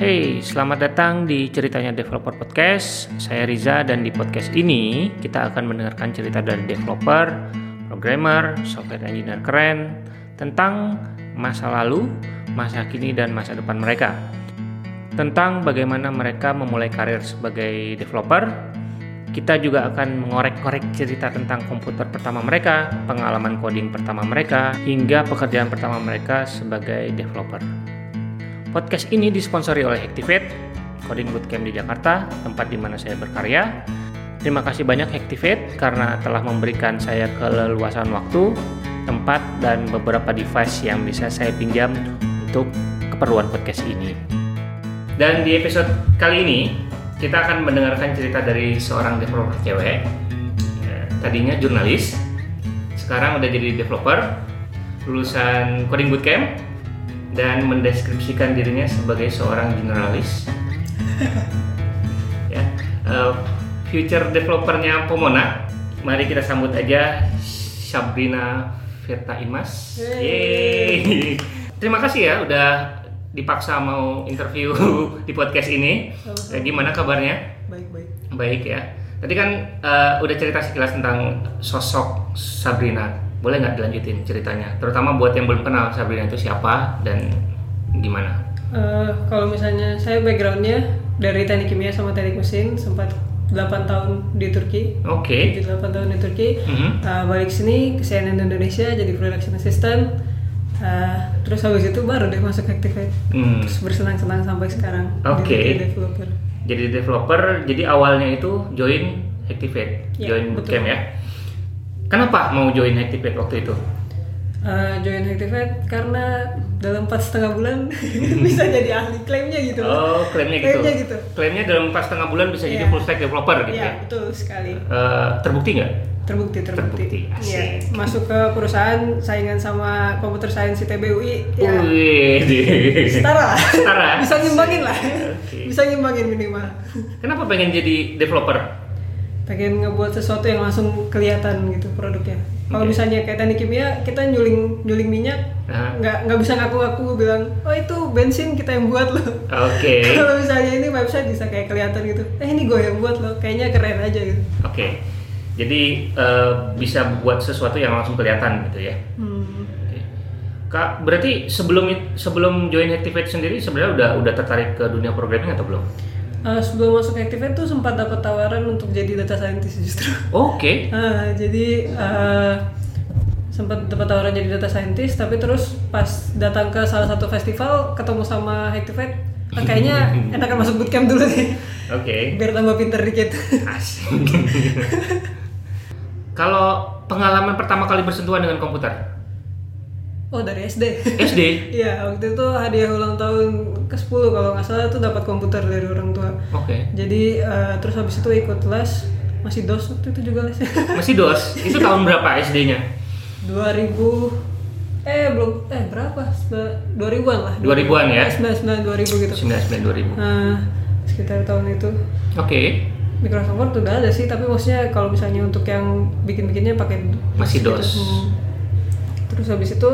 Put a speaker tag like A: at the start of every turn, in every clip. A: Hey, selamat datang di Ceritanya Developer Podcast. Saya Riza dan di podcast ini kita akan mendengarkan cerita dari developer, programmer, software engineer keren tentang masa lalu, masa kini dan masa depan mereka. Tentang bagaimana mereka memulai karir sebagai developer. Kita juga akan mengorek-korek cerita tentang komputer pertama mereka, pengalaman coding pertama mereka, hingga pekerjaan pertama mereka sebagai developer. Podcast ini disponsori oleh Hactivate, coding bootcamp di Jakarta, tempat di mana saya berkarya. Terima kasih banyak Hactivate karena telah memberikan saya keleluasan waktu, tempat, dan beberapa device yang bisa saya pinjam untuk keperluan podcast ini. Dan di episode kali ini, kita akan mendengarkan cerita dari seorang developer cewek. Eh, Tadinya jurnalis, sekarang udah jadi developer, lulusan coding bootcamp, dan mendeskripsikan dirinya sebagai seorang generalis. ya, eh, future developernya Pomona. Mari kita sambut aja Sabrina Firta Imas. Yeay. Terima kasih ya udah dipaksa mau interview di podcast ini. Eh, Gimana kabarnya?
B: Baik-baik.
A: Baik ya. Tadi kan eh, udah cerita sekilas tentang sosok Sabrina. Boleh nggak dilanjutin ceritanya? Terutama buat yang belum kenal Sabrina itu siapa dan gimana?
B: Eh, kalau misalnya saya backgroundnya dari teknik kimia sama teknik mesin sempat 8 tahun di Turki
A: Oke.
B: 8 tahun di Turki
A: Mhm.
B: Eh, balik sini ke CNN Indonesia jadi production assistant Eh, terus habis itu baru deh masuk Activate
A: Hmm.
B: terus bersenang-senang sampai sekarang
A: Oke.
B: jadi developer
A: Jadi developer. Jadi awalnya itu join Activate,
B: Ya,
A: join
B: betul.
A: bootcamp ya. Kenapa mau join Activate waktu itu?
B: Eh, join Activate karena dalam empat setengah bulan bisa jadi ahli klaimnya gitu
A: Oh, klaimnya gitu.
B: Klaimnya gitu.
A: Klaimnya dalam pas setengah bulan bisa jadi
B: Iya.
A: full stack developer gitu
B: Iya,
A: ya.
B: betul sekali
A: Eh, terbukti nggak?
B: terbukti
A: Terbukti,
B: terbukti, Iya,
A: asik.
B: masuk ke perusahaan saingan sama komputer sains ITBUI ya
A: Wih.
B: setara lah
A: Setara.
B: bisa ngimbangin lah
A: Oke.
B: bisa ngimbangin minimal
A: Kenapa pengen jadi developer?
B: pengen ngebuat sesuatu yang langsung kelihatan gitu produknya kalau
A: Oke.
B: misalnya kayak teknik kimia kita nyuling nyuling minyak
A: Aha.
B: nggak nggak bisa ngaku-ngaku bilang oh itu bensin kita yang buat loh
A: Oke,
B: kalau misalnya ini website bisa kayak kelihatan gitu eh ini gue yang buat loh kayaknya keren aja gitu
A: oke. Jadi eh, bisa buat sesuatu yang langsung kelihatan gitu ya.
B: hmm.
A: Oke. Kak, berarti sebelum it- sebelum join Activate sendiri sebenarnya udah udah tertarik ke dunia programming atau belum?
B: Eh, sebelum masuk Activate tuh sempat dapat tawaran untuk jadi data scientist justru
A: Oke.
B: Ah, jadi eh, sempat dapat tawaran jadi data scientist tapi terus pas datang ke salah satu festival ketemu sama Activate ah, kayaknya enakan masuk bootcamp dulu nih
A: Oke.
B: biar tambah pinter dikit
A: Asik. Kalau pengalaman pertama kali bersentuhan dengan komputer
B: oh dari SD
A: SD.
B: Iya waktu itu hadiah ulang tahun ke 10 kalau nggak salah tuh dapat komputer dari orang tua
A: Oke.
B: jadi eh, terus habis itu ikut les masih dos waktu itu juga les
A: Masih DOS. Itu tahun berapa SD-nya?
B: 2000 eh belum eh berapa 2000-an lah Eh,
A: 2000-an ya?
B: 99 2000 gitu
A: 99 2000. Oke.
B: Nah, sekitar tahun itu Microsoft Word udah ada sih tapi maksudnya kalau misalnya untuk yang bikin-bikinnya pakai
A: Masih DOS.
B: Hmm. terus habis itu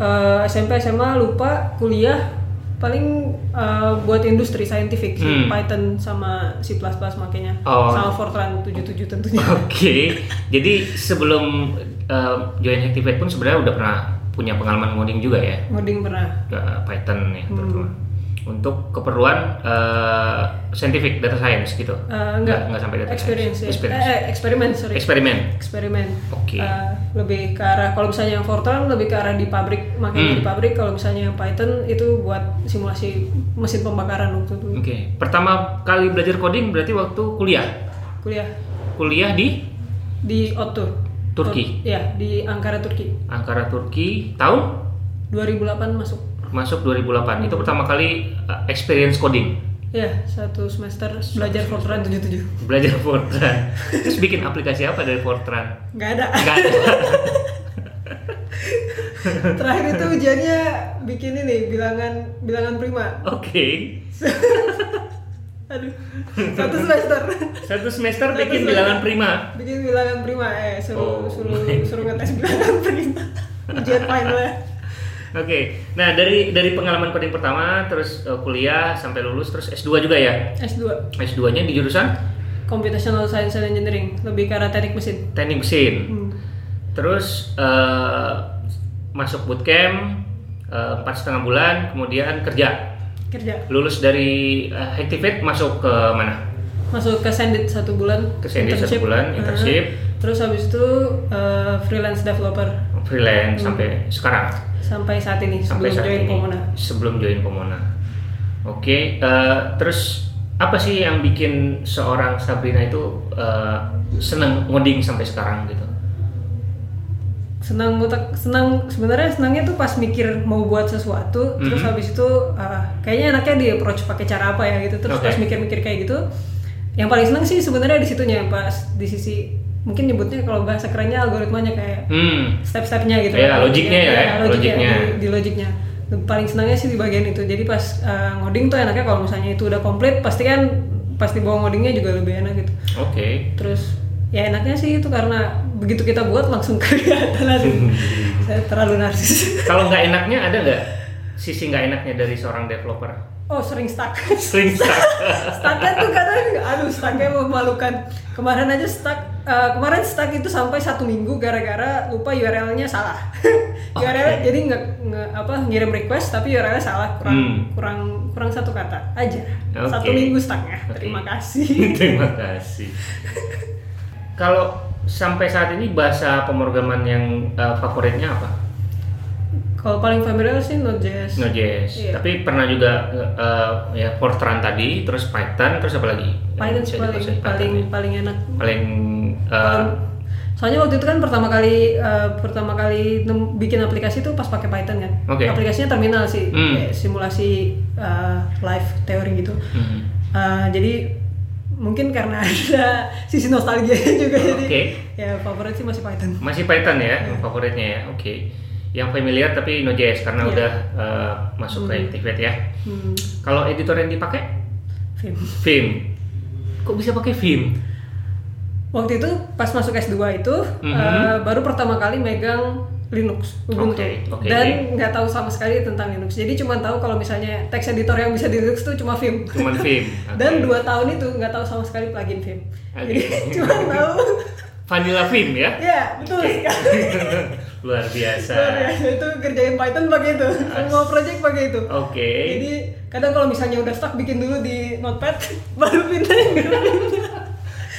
B: eh, SMP SMA lupa kuliah paling eh, buat industri scientific sih,
A: Hmm.
B: Python sama C++ makanya
A: Oh.
B: sama Fortran 77 tentunya
A: Oke, jadi sebelum eh, join Activate pun sebenarnya udah pernah punya pengalaman coding juga ya,
B: ngoding pernah
A: Udah Python
B: Hmm.
A: ya terutama. Untuk keperluan eh, scientific data science gitu.
B: Eh, enggak,
A: enggak sampai data
B: experience,
A: science.
B: ya.
A: Experience.
B: Eh, eh, eksperimen sorry
A: Eksperimen.
B: eksperimen.
A: Oke.
B: Eh, lebih ke arah kalau misalnya yang Fortran lebih ke arah di pabrik, makanya
A: Hmm.
B: di pabrik. Kalau misalnya yang Python itu buat simulasi mesin pembakaran waktu itu
A: Oke, pertama kali belajar coding berarti waktu kuliah.
B: kuliah
A: Kuliah di
B: di Otur.
A: Turki.
B: Ot- ya, di Ankara Turki.
A: Ankara Turki tahun
B: 2008 masuk.
A: masuk 2008. Itu pertama kali eh, experience coding.
B: Ya, satu semester belajar Fortran 77.
A: Belajar Fortran. Terus bikin aplikasi apa dari Fortran?
B: Nggak ada.
A: Enggak ada.
B: Terakhir itu ujiannya bikin ini bilangan bilangan prima.
A: Oke.
B: Aduh. Satu semester.
A: Satu semester
B: Satu
A: bikin
B: semester.
A: bilangan prima.
B: bikin bilangan prima eh
A: Oh.
B: suruh suruh suruh ngetes bilangan prima ujian final ya
A: Nah, dari dari pengalaman coding pertama terus eh, kuliah sampai lulus terus S2 juga ya.
B: S2
A: S2-nya di jurusan
B: Computational Science and Engineering lebih ke arah teknik mesin
A: teknik mesin.
B: Hmm.
A: Terus eh, masuk bootcamp eh, empat setengah bulan, kemudian kerja.
B: kerja
A: Lulus dari eh, Activate masuk ke mana?
B: masuk ke Sendit satu bulan
A: Ke Sendit satu bulan,
B: Ah.
A: internship.
B: terus habis itu eh, freelance developer
A: Freelance sampai sekarang.
B: sampai saat ini
A: sampai
B: sebelum
A: saat
B: join
A: ini.
B: Pomona
A: Sebelum join Pomona. Oke, eh, terus apa sih yang bikin seorang Sabrina itu eh, seneng ngoding sampai sekarang gitu?
B: senang ngutak senang sebenarnya senangnya tuh pas mikir mau buat sesuatu terus
A: Mhm.
B: habis itu ah, kayaknya enaknya di approach pakai cara apa ya gitu terus
A: Oke.
B: pas mikir-mikir kayak gitu yang paling senang sih sebenarnya di situnya pas di sisi mungkin nyebutnya kalau bahasa kerennya algoritmanya kayak
A: Hmm,
B: step-stepnya gitu
A: Iya, logiknya ya,
B: Iya,
A: logiknya.
B: di, di logiknya paling senangnya sih di bagian itu jadi pas eh, ngoding tuh enaknya kalau misalnya itu udah komplit pasti kan pasti bawa ngodingnya juga lebih enak gitu
A: oke.
B: terus ya enaknya sih itu karena begitu kita buat langsung kelihatan langsung saya terlalu narsis
A: Kalau nggak enaknya ada nggak sisi nggak enaknya dari seorang developer?
B: oh sering stuck
A: Sering stuck.
B: stucknya tuh kadang aduh stucknya memalukan kemarin aja stuck eh, kemarin stuck itu sampai satu minggu gara-gara lupa URL-nya salah URL jadi nggak nge- apa ngirim request tapi URL-nya salah kurang
A: Hmm.
B: kurang kurang satu kata aja
A: Oke.
B: satu minggu stucknya
A: Oke.
B: terima kasih
A: Terima kasih. Kalau sampai saat ini bahasa pemrograman yang eh, favoritnya apa?
B: kalau paling familiar sih Node.js
A: Node.js.
B: Iya.
A: Tapi pernah juga eh, eh, ya Fortran tadi, terus Python, terus apa lagi?
B: Python
A: Yang bisa
B: sih paling
A: dikuasai?
B: paling
A: Python, ya.
B: paling enak
A: paling eh,
B: soalnya waktu itu kan pertama kali eh, pertama kali nem- bikin aplikasi tuh pas pakai Python kan
A: Oke.
B: aplikasinya terminal sih
A: Hmm.
B: kayak simulasi eh, live teori gitu
A: hmm,
B: Eh, jadi mungkin karena ada sisi nostalgia juga jadi
A: Oke.
B: ya favorit sih masih Python
A: masih Python ya yang favoritnya ya. Oke. Yang familiar tapi Node.js karena
B: Iya.
A: udah eh, masuk ke Activate ya.
B: hmm,
A: Kalau editor yang dipakai
B: Vim.
A: Vim. Kok bisa pakai Vim?
B: waktu itu pas masuk S2 itu
A: Mhm.
B: eh, baru pertama kali megang Linux Ubuntu
A: Oke, oke.
B: dan nggak tahu sama sekali tentang Linux jadi cuma tahu kalau misalnya text editor yang bisa di Linux tuh cuma Vim
A: Cuman Vim.
B: dan
A: Oke.
B: dua tahun itu nggak tahu sama sekali plugin Vim
A: Oke.
B: jadi cuma tahu
A: Vanilla Vim ya.
B: ya betul sekali
A: Luar biasa.
B: Luar biasa, itu kerjain Python pakai itu semua project pakai itu
A: Oke.
B: jadi kadang kalau misalnya udah stuck bikin dulu di notepad baru pindahin ke Vim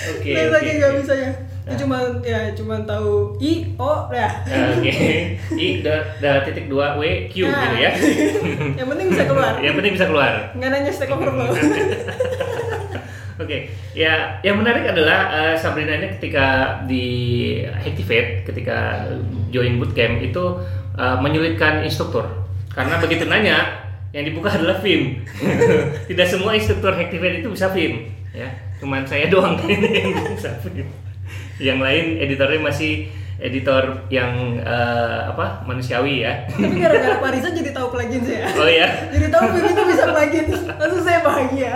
A: Oke. oke,
B: Nah,
A: Nah.
B: saking nggak
A: oke.
B: bisa ya itu cuma ya cuma tahu i o ya
A: Oke. I da- da- titik dua W Q
B: Nah.
A: gitu ya.
B: yang penting bisa keluar
A: Yang penting bisa keluar.
B: nggak nanya stack overflow
A: Oke, ya yang menarik adalah eh, Sabrina ini ketika di Activate, ketika join bootcamp itu eh, menyulitkan instruktur karena begitu nanya yang dibuka adalah Vim. Tidak semua instruktur Activate itu bisa Vim, ya. Cuman saya doang yang bisa Vim. Yang lain editornya masih editor yang eh, apa manusiawi ya.
B: tapi gara-gara Parisan jadi tahu plugin saya
A: Oh ya,
B: jadi tahu Vim itu bisa plugin langsung saya bahagia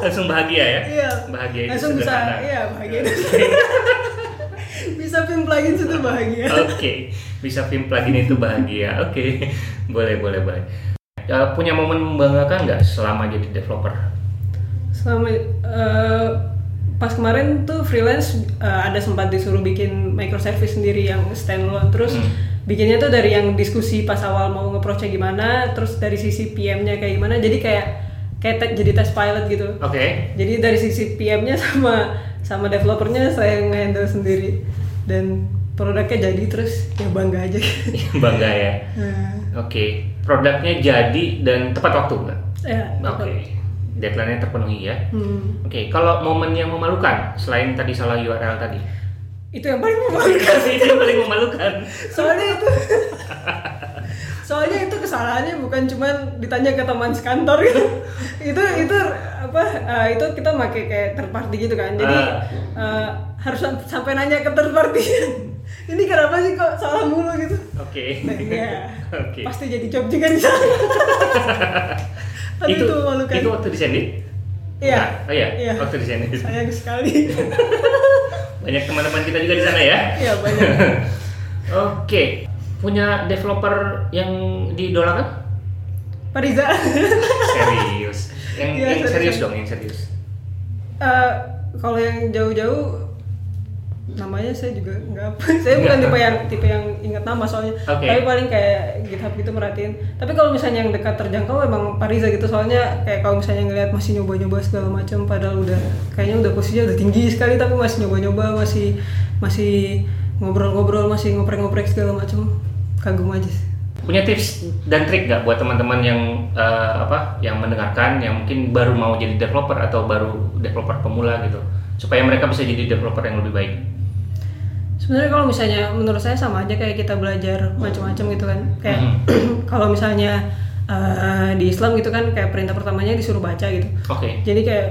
A: langsung bahagia ya.
B: iya
A: Bahagia itu
B: langsung bisa
A: sederhana.
B: iya bahagia itu bisa Vim plugin itu bahagia
A: Oke, bisa film plugin itu bahagia. Oke, boleh boleh boleh. Ya, punya momen membanggakan nggak selama jadi developer?
B: selama eh, pas kemarin tuh freelance eh, ada sempat disuruh bikin microservice sendiri yang standalone terus
A: Hmm.
B: bikinnya tuh dari yang diskusi pas awal mau nge-approach-nya gimana terus dari sisi PM-nya kayak gimana jadi kayak kayak te- jadi test pilot gitu
A: Oke,
B: jadi dari sisi PM-nya sama sama developernya saya nge-handle sendiri dan produknya jadi terus ya bangga aja
A: bangga ya.
B: Nah,
A: Oke, produknya jadi dan tepat waktu nggak?
B: ya
A: Oke, deadline-nya terpenuhi ya.
B: Hmm.
A: Oke, kalau momen yang memalukan selain tadi salah URL tadi,
B: itu yang paling memalukan
A: itu yang paling memalukan.
B: soalnya itu soalnya itu kesalahannya bukan cuman ditanya ke teman sekantor gitu itu itu apa eh, itu kita pakai kayak third party gitu kan jadi
A: Ah.
B: eh, harus sam- sampai nanya ke third party ini kenapa sih kok salah mulu gitu
A: Oke,
B: Nah, iya.
A: oke.
B: pasti jadi job juga di sana tapi itu, memalukan
A: itu waktu di Sendit?
B: Iya.
A: Nah, Oh iya,
B: Iya.
A: waktu di Sendit.
B: sayang sekali Iya,
A: Banyak teman-teman kita juga di sana ya.
B: ya banyak
A: Oke, punya developer yang diidolakan?
B: Pak Riza
A: serius. Yang,
B: Iya,
A: yang
B: serius.
A: serius dong, yang serius.
B: Eh, kalau yang jauh-jauh namanya saya juga nggak apa saya bukan
A: Nggak.
B: tipe yang tipe yang ingat nama soalnya
A: Oke.
B: tapi paling kayak GitHub gitu merhatiin tapi kalau misalnya yang dekat terjangkau emang Pariza gitu soalnya kayak kalau misalnya ngelihat masih nyoba-nyoba segala macam padahal udah kayaknya udah posisinya udah tinggi sekali tapi masih nyoba-nyoba masih masih ngobrol-ngobrol masih ngoprek-ngoprek segala macam kagum aja sih.
A: Punya tips dan trik nggak buat teman-teman yang eh, apa yang mendengarkan yang mungkin baru mau jadi developer atau baru developer pemula gitu supaya mereka bisa jadi developer yang lebih baik.
B: sebenarnya kalau misalnya menurut saya sama aja kayak kita belajar macam-macam gitu kan kayak kalau misalnya eh, di Islam gitu kan kayak perintah pertamanya disuruh baca gitu
A: Oke.
B: jadi kayak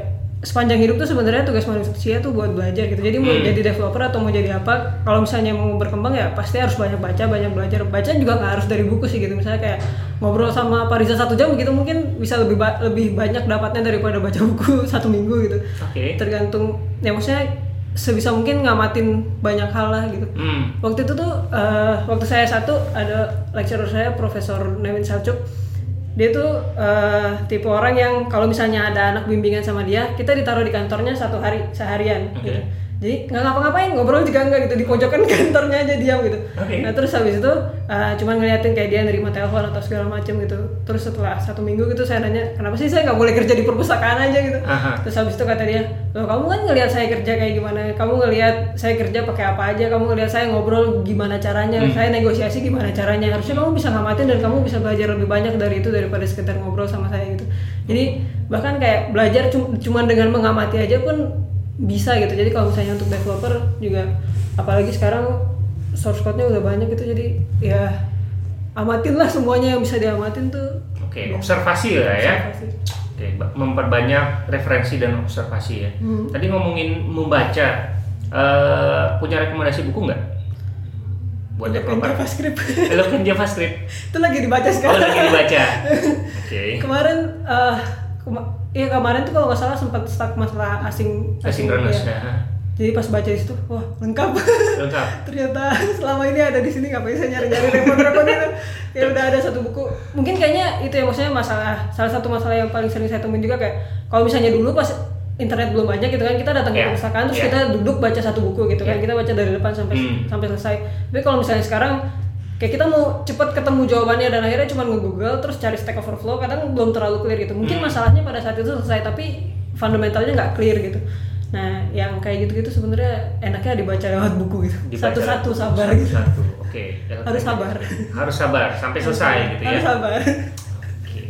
B: sepanjang hidup tuh sebenarnya tugas manusia tuh buat belajar gitu jadi mau
A: Hmm.
B: jadi developer atau mau jadi apa kalau misalnya mau berkembang ya pasti harus banyak baca banyak belajar baca juga nggak harus dari buku sih gitu misalnya kayak ngobrol sama Pak Riza satu jam gitu mungkin bisa lebih ba- lebih banyak dapatnya daripada baca buku satu minggu gitu
A: Oke.
B: tergantung ya maksudnya sebisa mungkin ngamatin banyak hal lah gitu
A: Hmm.
B: waktu itu tuh eh, waktu saya satu ada lecturer saya Profesor Nemin Salcuk dia tuh eh, tipe orang yang kalau misalnya ada anak bimbingan sama dia kita ditaruh di kantornya satu hari seharian
A: Oke.
B: gitu. jadi nggak ngapa-ngapain ngobrol juga nggak gitu di pojokan kantornya aja diam gitu
A: Oke.
B: nah terus habis itu eh, cuman ngeliatin kayak dia nerima telepon atau segala macam gitu terus setelah satu minggu gitu saya nanya kenapa sih saya nggak boleh kerja di perpustakaan aja gitu
A: Aha.
B: terus habis itu kata dia loh kamu kan ngelihat saya kerja kayak gimana kamu ngelihat saya kerja pakai apa aja kamu ngelihat saya ngobrol gimana caranya
A: Hmm.
B: saya negosiasi gimana caranya harusnya kamu bisa ngamatin dan kamu bisa belajar lebih banyak dari itu daripada sekedar ngobrol sama saya gitu jadi bahkan kayak belajar cum- cuman dengan mengamati aja pun bisa gitu jadi kalau misalnya untuk developer juga apalagi sekarang source code-nya udah banyak gitu jadi ya amatin lah semuanya yang bisa diamatin tuh
A: Oke. Iya. Observasi lah ya.
B: Pasti.
A: Oke. ba- Memperbanyak referensi dan observasi ya.
B: Hmm.
A: Tadi ngomongin membaca, eh, punya rekomendasi buku nggak buat
B: Bukan
A: developer?
B: JavaScript
A: Lo kan JavaScript.
B: itu lagi dibaca
A: Oh,
B: sekarang
A: lagi dibaca. Oke.
B: kemarin eh kema- iya, kemarin tuh kalau nggak salah sempat stuck masalah asing
A: Asinkronus
B: iya.
A: ya.
B: jadi pas baca itu wah lengkap
A: Lengkap.
B: ternyata selama ini ada di sini ngapain saya nyari nyari repot-repot itu ya udah ada satu buku mungkin kayaknya itu ya maksudnya masalah salah satu masalah yang paling sering saya temuin juga kayak kalau misalnya dulu pas internet belum banyak gitu kan kita datang
A: Yeah.
B: ke perpustakaan terus
A: Yeah.
B: kita duduk baca satu buku gitu kan
A: Yeah.
B: kita baca dari depan sampai
A: Hmm.
B: sampai selesai tapi kalau misalnya sekarang kayak kita mau cepet ketemu jawabannya dan akhirnya cuma nge-google terus cari stack overflow kadang belum terlalu clear gitu mungkin masalahnya pada saat itu selesai tapi fundamentalnya nggak clear gitu nah yang kayak gitu-gitu sebenarnya enaknya dibaca lewat buku gitu
A: Dibaca.
B: satu-satu sabar gitu
A: Satu-satu. Oke.
B: harus sabar
A: Harus sabar sampai selesai gitu ya.
B: harus sabar
A: Oke.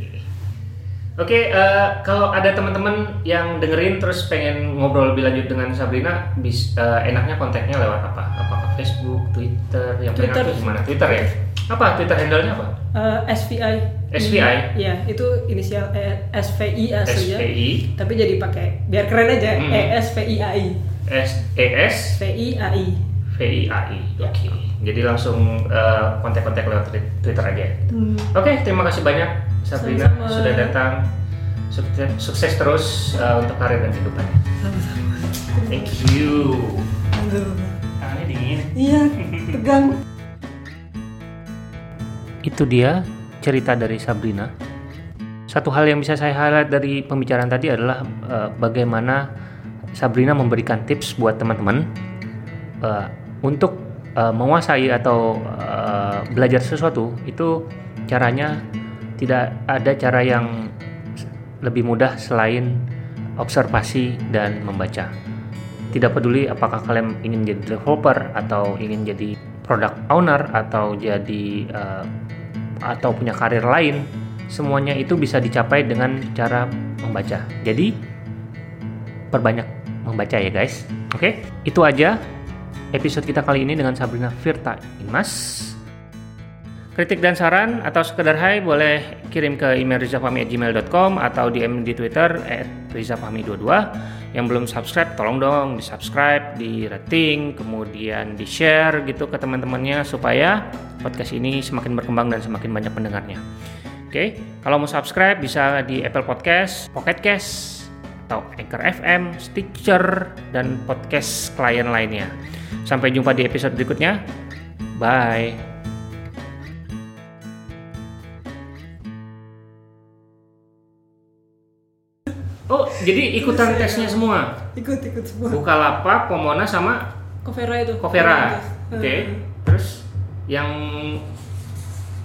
A: Oke, eh, kalau ada teman-teman yang dengerin terus pengen ngobrol lebih lanjut dengan Sabrina, bis, eh, enaknya kontaknya lewat apa? Apakah Facebook, Twitter, yang paling
B: Twitter.
A: aktif gimana? Twitter ya? Apa Twitter handle-nya apa?
B: Eh, SVI
A: SVI?
B: Iya, itu inisial eh, SVI aslinya
A: SPI,
B: ya. tapi jadi pakai biar keren aja E,
A: Hmm.
B: ESVIAI
A: E SES,
B: VIAI
A: VIAI. Oke. Jadi langsung eh, kontak-kontak lewat twi- Twitter aja. ya?
B: hmm.
A: Oke, terima kasih banyak Sabrina
B: Sama-sama.
A: sudah datang. Sukses, sukses terus uh, untuk karir dan kehidupannya.
B: sama-sama
A: Thank you.
B: Aduh.
A: Tangannya dingin.
B: Iya, tegang.
A: Itu dia cerita dari Sabrina. Satu hal yang bisa saya highlight dari pembicaraan tadi adalah eh, bagaimana Sabrina memberikan tips buat teman-teman eh, untuk eh, menguasai atau eh, belajar sesuatu itu caranya tidak ada cara yang s- lebih mudah selain observasi dan membaca. Tidak peduli apakah kalian ingin jadi developer atau ingin jadi product owner atau jadi eh, atau punya karir lain, semuanya itu bisa dicapai dengan cara membaca. Jadi perbanyak membaca ya guys. Oke, itu aja episode kita kali ini dengan Sabrina Firta Imas. Kritik dan saran atau sekedar hai boleh kirim ke email rizafahmi@gmail.com atau DM di Twitter @rizafahmi22. Yang belum subscribe tolong dong di subscribe, di rating, kemudian di share gitu ke teman-temannya supaya podcast ini semakin berkembang dan semakin banyak pendengarnya. Oke, kalau mau subscribe bisa di Apple Podcast, Pocket Cast, atau Anchor FM, Stitcher, dan podcast klien lainnya. Sampai jumpa di episode berikutnya. Bye. Oh, jadi ikutan tesnya semua.
B: ikut ikut semua
A: Bukalapak, Pomona sama
B: Covera itu
A: Covera. Oke.
B: Hmm.
A: Terus yang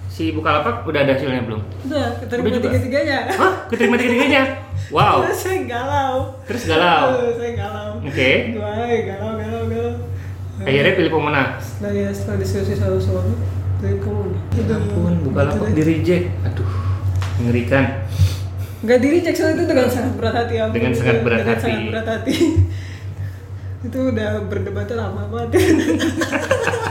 A: si Bukalapak udah ada hasilnya belum?
B: udah keterima
A: Udah juga?
B: tiga tiganya
A: Hah? Keterima tiga-tiganya? Wow.
B: saya galau
A: Terus galau.
B: Aduh, saya galau
A: Oke.
B: Gua, eh, galau galau galau
A: Akhirnya pilih Pomona.
B: setelah ya setelah diskusi sama suami dari kamu
A: Ya ampun, Bukalapak di reject. Aduh, mengerikan.
B: nggak diri Jackson itu dengan sangat berat hati ampun.
A: Dengan sangat berat
B: Dengan
A: hati.
B: sangat berat hati. itu udah berdebatnya lama banget